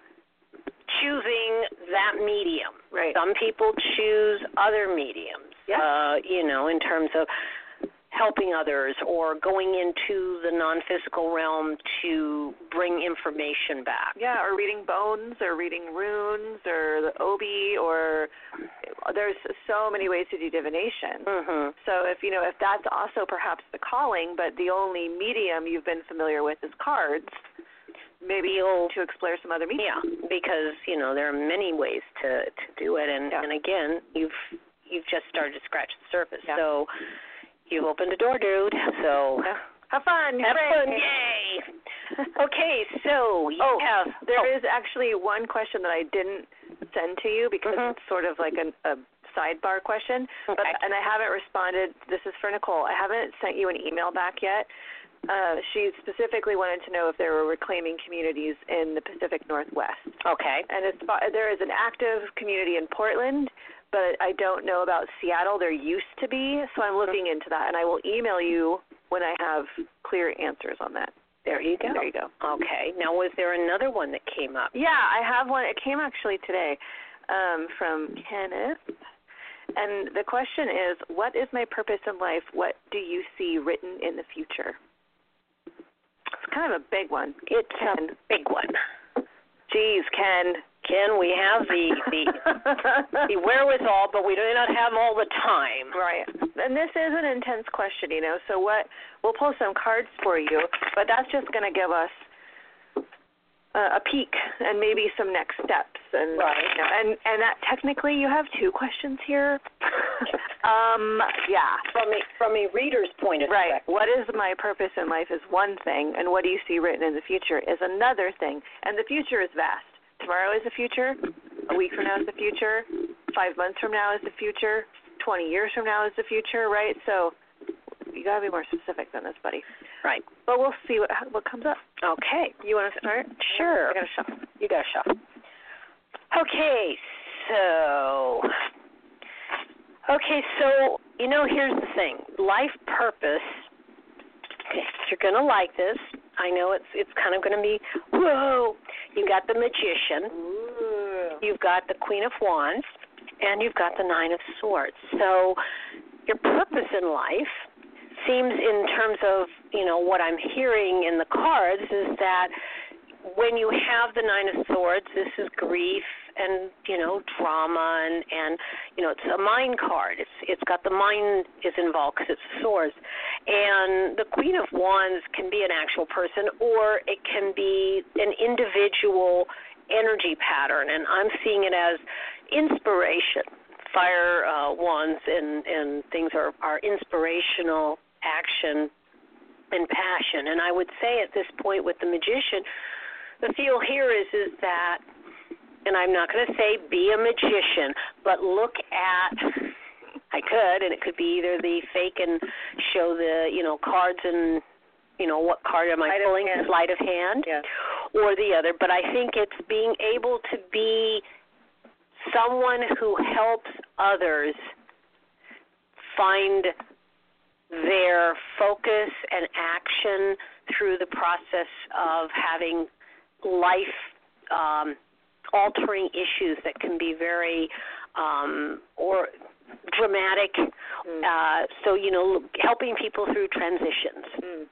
choosing that medium. right. Some people choose other mediums. Yeah. Uh, you know, in terms of helping others or going into the non-physical realm to bring information back. Yeah, or reading bones, or reading runes, or the obi, or there's so many ways to do divination. Mhm. So if you know if that's also perhaps the calling, but the only medium you've been familiar with is cards, maybe You'll- to explore some other medium. Yeah, because you know there are many ways to to do it, and Yeah. and again, you've you've just started to scratch the surface. Yeah. So you've opened a door, dude. So Yeah. Have fun. have hooray. fun, yay! Okay, so you Oh, have There oh, is actually one question that I didn't send to you because Mhm. it's sort of like an, a sidebar question, but, Okay. and I haven't responded. This is for Nicole. I haven't sent you an email back yet. Uh, she specifically wanted to know if there were reclaiming communities in the Pacific Northwest, okay. and it's, there is an active community in Portland, but I don't know about Seattle. There used to be, so I'm looking into that, and I will email you when I have clear answers on that. There you go. There you go. Okay. Now, was there another one that came up? Yeah, I have one. It came actually today um, from Kenneth. And the question is What is my purpose in life? What do you see written in the future? It's kind of a big one. It's Ken. a big one. Jeez, Ken. Ken, we have the the, the wherewithal, but we do not have all the time. Right. And this is an intense question, you know. So what we'll pull some cards for you, but that's just going to give us uh, a peek and maybe some next steps and Right. you know, and and that technically you have two questions here. um yeah. From a from a reader's point of view. Right. What is my purpose in life is one thing, and what do you see written in the future is another thing. And the future is vast. Tomorrow is the future. A week from now is the future. Five months from now is the future. 20 years from now is the future, right? So you got to be more specific than this, buddy. Right. But we'll see what what comes up. Okay. You want to start? Sure. I got to shuffle. You got a shot. Okay, so okay, so you know, here's the thing: life purpose. Okay, you're gonna like this. I know it's it's kind of gonna be whoa. You got the magician, you've got the queen of wands, and you've got the nine of swords. So your purpose in life seems, in terms of you know what I'm hearing in the cards, is that when you have the nine of swords this is grief and you know drama and and you know it's a mind card it's it's got the mind is involved because it's swords and the queen of wands can be an actual person or it can be an individual energy pattern and i'm seeing it as inspiration fire uh, wands and and things are are inspirational action and passion. And I would say at this point with the magician, the feel here is is that, and I'm not going to say be a magician, but look at. I could, and it could be either the fake and show the you know cards and you know what card am I Sleight of pulling, hand. sleight of hand, Yeah. or the other. But I think it's being able to be someone who helps others find their focus and action through the process of having life um, altering issues that can be very um, or dramatic. Uh, so you know, helping people through transitions Mm.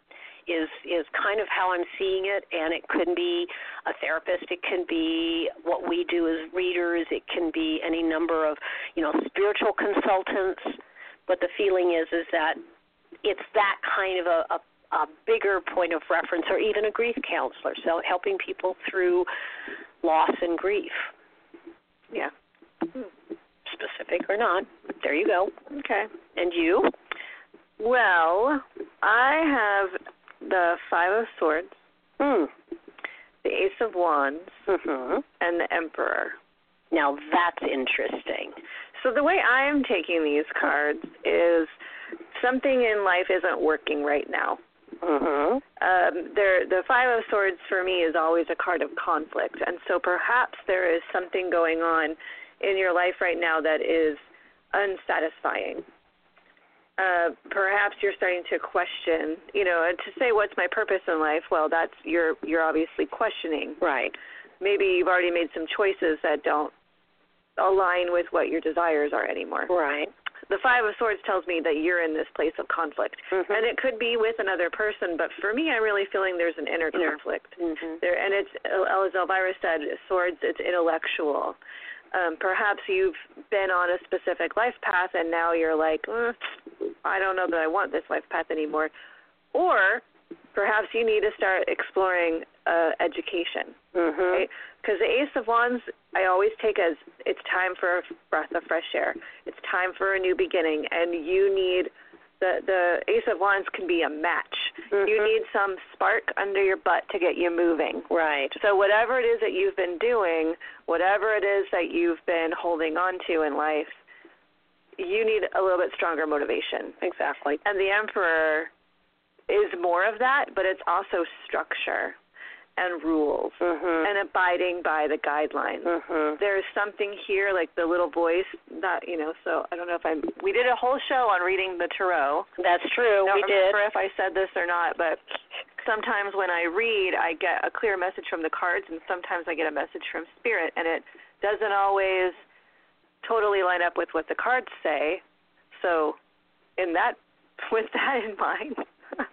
is is kind of how I'm seeing it, and it can be a therapist, it can be what we do as readers, it can be any number of you know spiritual consultants. But the feeling is is that it's that kind of a, a a bigger point of reference, or even a grief counselor, so helping people through loss and grief, Yeah. specific or not. There you go. Okay. And you? Well, I have the Five of Swords, Hmm. the Ace of Wands, Mhm. and the Emperor. Now that's interesting. So the way I'm taking these cards is something in life isn't working right now. Mhm. Um, there, the Five of Swords for me is always a card of conflict, and so perhaps there is something going on in your life right now that is unsatisfying. Uh, perhaps you're starting to question, you know, and to say what's my purpose in life. Well, that's you're you're obviously questioning. Right. Maybe you've already made some choices that don't align with what your desires are anymore. Right. The Five of Swords tells me that you're in this place of conflict. Mhm. And it could be with another person, but for me, I'm really feeling there's an inner Inner. conflict. Mhm. There, and it's as Elvira said, swords. It's intellectual. Um, perhaps you've been on a specific life path, and now you're like, "Mm, I don't know that I want this life path anymore. Or perhaps you need to start exploring uh, education. Mhm. Right? Because the Ace of Wands, I always take as it's time for a breath of fresh air. It's time for a new beginning, and you need the the Ace of Wands can be a match. You Mhm. need some spark under your butt to get you moving. Right. So whatever it is that you've been doing, whatever it is that you've been holding on to in life, you need a little bit stronger motivation. Exactly. And the Emperor is more of that, but it's also structure and rules Mhm. and abiding by the guidelines. Mhm. There's something here, like the little voice that you know. So I don't know if I'm. We did a whole show on reading the tarot. That's true. I we don't did. remember if I said this or not, but sometimes when I read, I get a clear message from the cards, and sometimes I get a message from spirit, and it doesn't always totally line up with what the cards say. So, in that, with that in mind,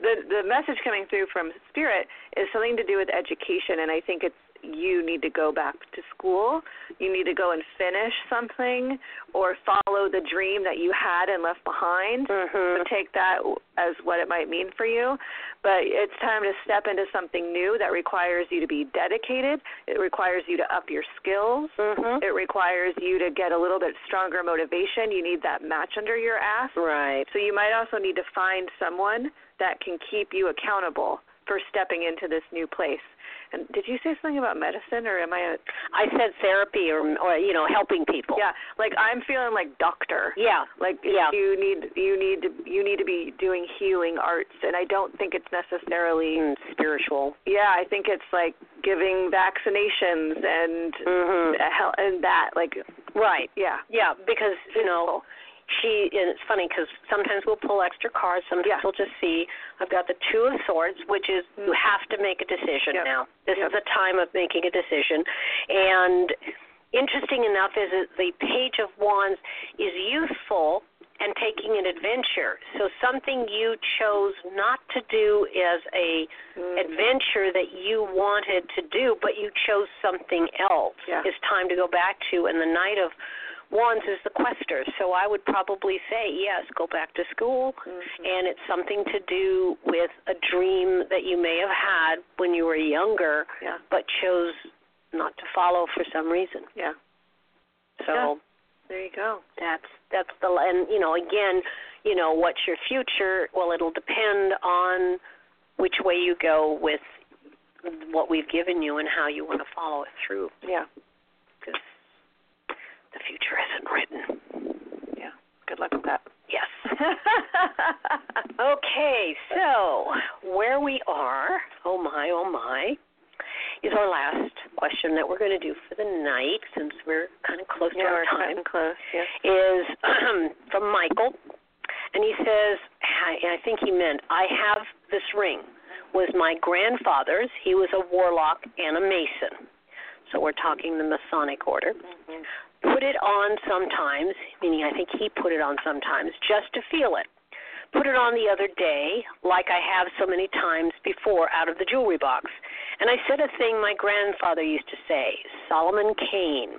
the the message coming through from spirit is something to do with education, and I think it's you need to go back to school. You need to go and finish something, or follow the dream that you had and left behind Mhm. would take that as what it might mean for you. But it's time to step into something new that requires you to be dedicated. It requires you to up your skills. Mhm. It requires you to get a little bit stronger motivation. You need that match under your ass. Right. So you might also need to find someone that can keep you accountable for stepping into this new place. And did you say something about medicine or am I I said therapy or or you know helping people. Yeah, like I'm feeling like doctor. Yeah. Like Yeah. you need you need to you need to be doing healing arts and I don't think it's necessarily Mm, spiritual. yeah, I think it's like giving vaccinations and Mhm. hel- and that like Right. yeah. Yeah, because you know she and it's funny because sometimes we'll pull extra cards. Sometimes Yeah. we'll just see. I've got the two of swords, which is you Mm. have to make a decision Yep. now. This Yep. is the time of making a decision, and interesting enough is that the page of wands is youthful and taking an adventure. So something you chose not to do as a Mm. adventure that you wanted to do, but you chose something else. Yeah. It's time to go back to, and the Knight of Wands is the quester. So I would probably say, yes, go back to school, Mhm. and it's something to do with a dream that you may have had when you were younger, Yeah. but chose not to follow for some reason. Yeah. So Yeah. There you go. That's that's the and you know again, you know what's your future? Well, it'll depend on which way you go with what we've given you and how you want to follow it through Yeah. because the future isn't written. Yeah. Good luck with that. Yes. okay, so where we are, oh my, oh my, is our last question that we're going to do for the night since we're kind of close yeah, to our we're time. cutting close. Yes. is from Michael, and he says, I, I think he meant, I have this ring. Was my grandfather's. He was a warlock and a mason. So we're talking the Masonic order. Put it on sometimes, meaning I think he put it on sometimes, just to feel it. Put it on the other day, like I have so many times before, out of the jewelry box. And I said a thing my grandfather used to say Solomon Kane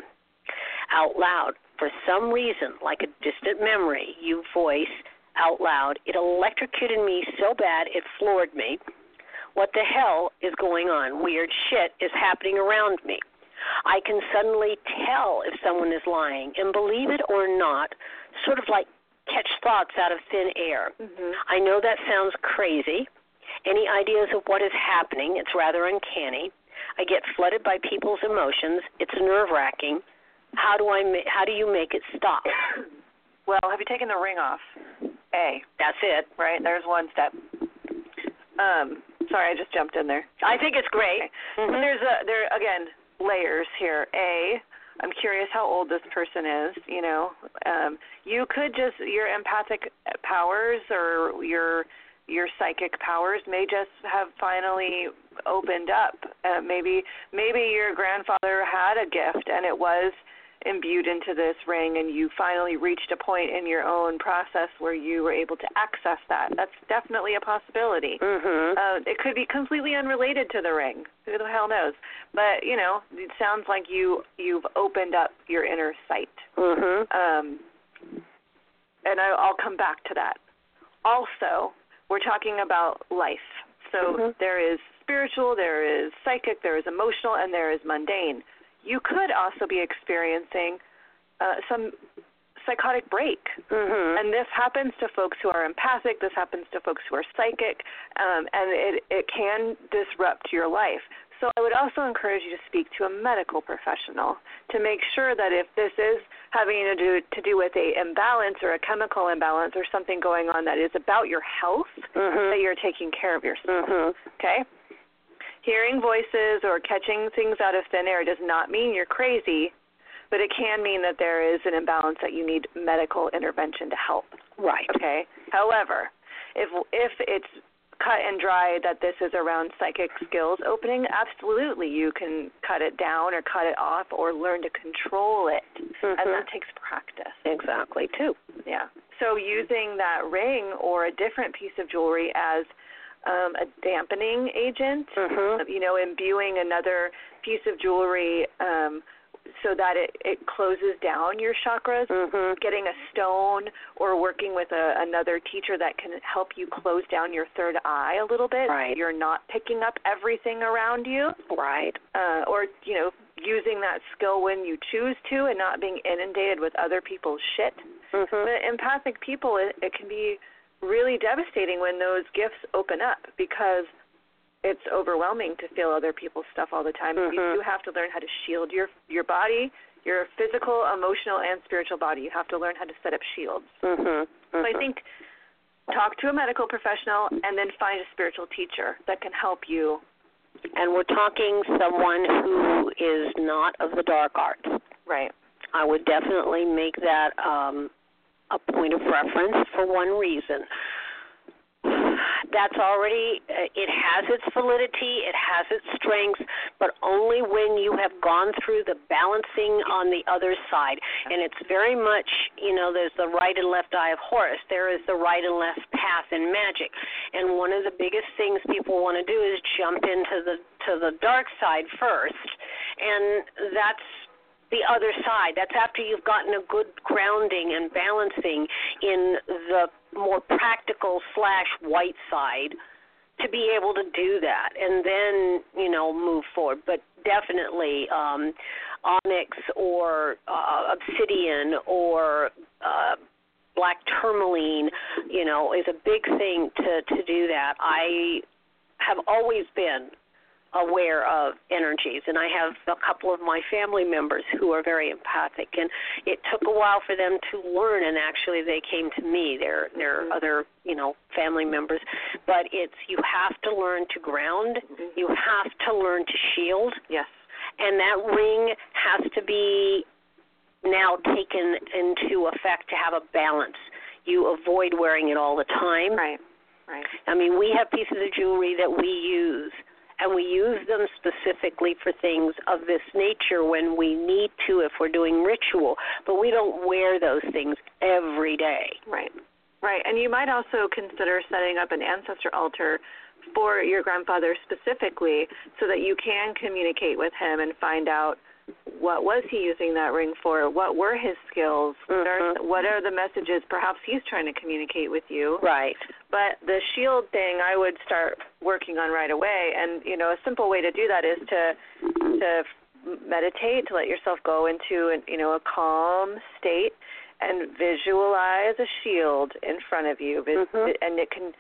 out loud. For some reason, like a distant memory, you voice out loud. It electrocuted me so bad it floored me. What the hell is going on? Weird shit is happening around me. I can suddenly tell if someone is lying, and believe it or not, sort of like catch thoughts out of thin air. Mm-hmm. I know that sounds crazy. Any ideas of what is happening? It's rather uncanny. I get flooded by people's emotions. It's nerve wracking. How do I? Ma- how do you make it stop? Well, have you taken the ring off? A. That's it. Right. There's one step. Um. Sorry, I just jumped in there. I think it's great. Okay. Mm-hmm. There's a there again layers here. A, I'm curious how old this person is. You know, um, you could just your empathic powers or your your psychic powers may just have finally opened up. Uh, maybe maybe your grandfather had a gift and it was imbued into this ring and you finally reached a point in your own process where you were able to access that. That's definitely a possibility. Mm-hmm. Uh, it could be completely unrelated to the ring. Who the hell knows? But you know, it sounds like you you've opened up your inner sight. Mm-hmm. Um, and I, I'll come back to that. Also, we're talking about life. So Mhm. there is spiritual, there is psychic, there is emotional, and there is mundane. You could also be experiencing uh, some psychotic break Mm-hmm. and this happens to folks who are empathic. This happens to folks who are psychic, um, and it it can disrupt your life. So I would also encourage you to speak to a medical professional to make sure that if this is having to do to do with a imbalance or a chemical imbalance or something going on that is about your health, that you're taking care of yourself. Mm-hmm. Okay? Hearing voices or catching things out of thin air does not mean you're crazy, but it can mean that there is an imbalance that you need medical intervention to help. Right. Okay? However, if if it's cut and dry that this is around psychic skills opening, absolutely you can cut it down or cut it off or learn to control it. And that takes practice. Mm-hmm. Exactly too. Yeah. So using that ring or a different piece of jewelry as um, a dampening agent, Mm-hmm. you know, imbuing another piece of jewelry um, so that it, it closes down your chakras. Mm-hmm. Getting a stone or working with a, another teacher that can help you close down your third eye a little bit. so Right. You're not picking up everything around you Right. uh, or you know using that skill when you choose to and not being inundated with other people's shit Mm-hmm. but empathic people it, it can be really devastating when those gifts open up because it's overwhelming to feel other people's stuff all the time Mhm. you do have to learn how to shield your your body your physical emotional and spiritual body you have to learn how to set up shields Mm-hmm. so I think talk to a medical professional and then find a spiritual teacher that can help you and we're talking someone who is not of the dark arts. right I would definitely make that um, a point of reference for one reason. That's already, uh, it has its validity, it has its strengths, but only when you have gone through the balancing on the other side. And it's very much, you know, there's the right and left eye of Horus, there is the right and left path in magic. And one of the biggest things people want to do is jump into the to the dark side first. And that's the other side. That's after you've gotten a good grounding and balancing in the more practical slash white side to be able to do that and then, you know, move forward. But definitely, um, onyx or uh, obsidian or uh, black tourmaline, you know, is a big thing to to do that. I have always been aware of energies and I have a couple of my family members who are very empathic and it took a while for them to learn and actually they came to me their their other you know family members but it's you have to learn to ground you have to learn to shield Yes. and that ring has to be now taken into effect to have a balance you avoid wearing it all the time Right. Right. I mean, we have pieces of jewelry that we use, and we use them specifically for things of this nature when we need to, if we're doing ritual, but we don't wear those things every day. Right. Right. And you might also consider setting up an ancestor altar for your grandfather specifically so that you can communicate with him and find out what was he using that ring for? What were his skills? What are Mhm. what are the messages perhaps he's trying to communicate with you? Right. But the shield thing, I would start working on right away. And you know, a simple way to do that is to to meditate, to let yourself go into an, you know a calm state, and visualize a shield in front of you, Vis- Mhm. and it can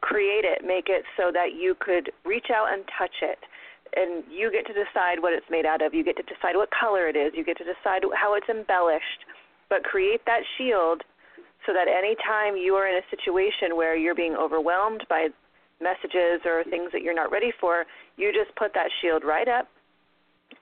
create it, make it so that you could reach out and touch it. And you get to decide what it's made out of. You get to decide what color it is. You get to decide how it's embellished. But create that shield so that any time you are in a situation where you're being overwhelmed by messages or things that you're not ready for, you just put that shield right up,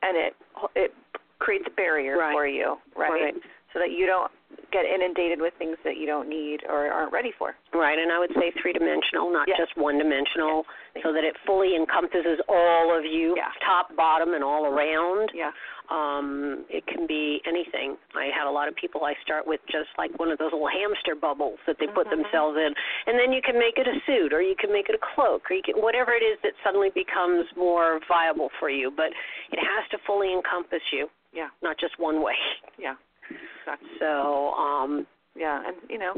and it it creates a barrier Right. for you, right? So that you don't get inundated with things that you don't need or aren't ready for. Right, and I would say three dimensional, not Yes. just one dimensional, Yes. so that it fully encompasses all of you, Yeah. top, bottom, and all around. Yeah. Um, it can be anything. I have a lot of people I start with just like one of those little hamster bubbles that they put Mhm. themselves in, and then you can make it a suit, or you can make it a cloak, or you can whatever it is that suddenly becomes more viable for you. But it has to fully encompass you, Yeah. not just one way. Yeah. So, um, Yeah, and you know,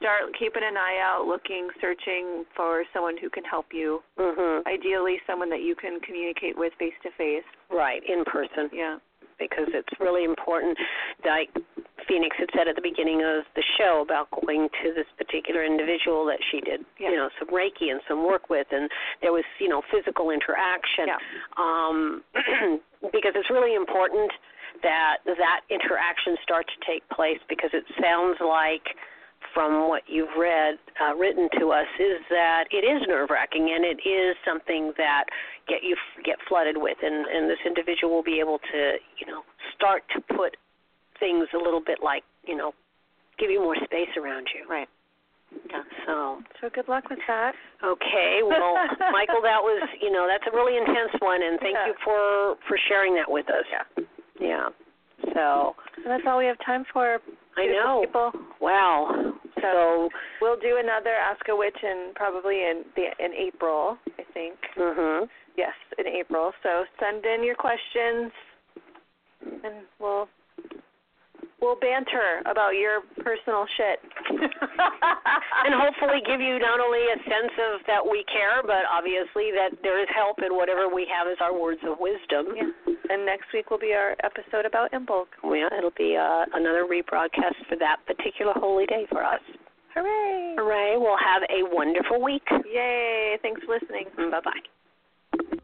start keeping an eye out, looking, searching for someone who can help you. mhm, Ideally, someone that you can communicate with face to face. right, in person. Yeah. because it's really important. Like Phoenix had said at the beginning of the show about going to this particular individual that she did, Yeah. you know, some Reiki and some work with, and there was, you know, physical interaction. Yeah. Um, because it's really important that that interaction start to take place because it sounds like from what you've read uh, written to us is that it is nerve wracking and it is something that get you get flooded with and and this individual will be able to you know start to put things a little bit like you know give you more space around you Right. so So good luck with that. okay well michael that was you know that's a really intense one and thank Yeah. you for for sharing that with us Yeah. yeah so And that's all we have time for. i beautiful know People, wow so So- we'll do another Ask a Witch in probably in the in April, I think. mhm Yes, in April. So send in your questions, and we'll we'll banter about your personal shit. and hopefully give you not only a sense of that we care, but obviously that there is help in whatever we have as our words of wisdom. Yeah. And next week will be our episode about in bulk. Well, it'll be uh, another rebroadcast for that particular holy day for us. Hooray! Hooray! We'll have a wonderful week. Yay! Thanks for listening. Bye bye.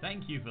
Thank you for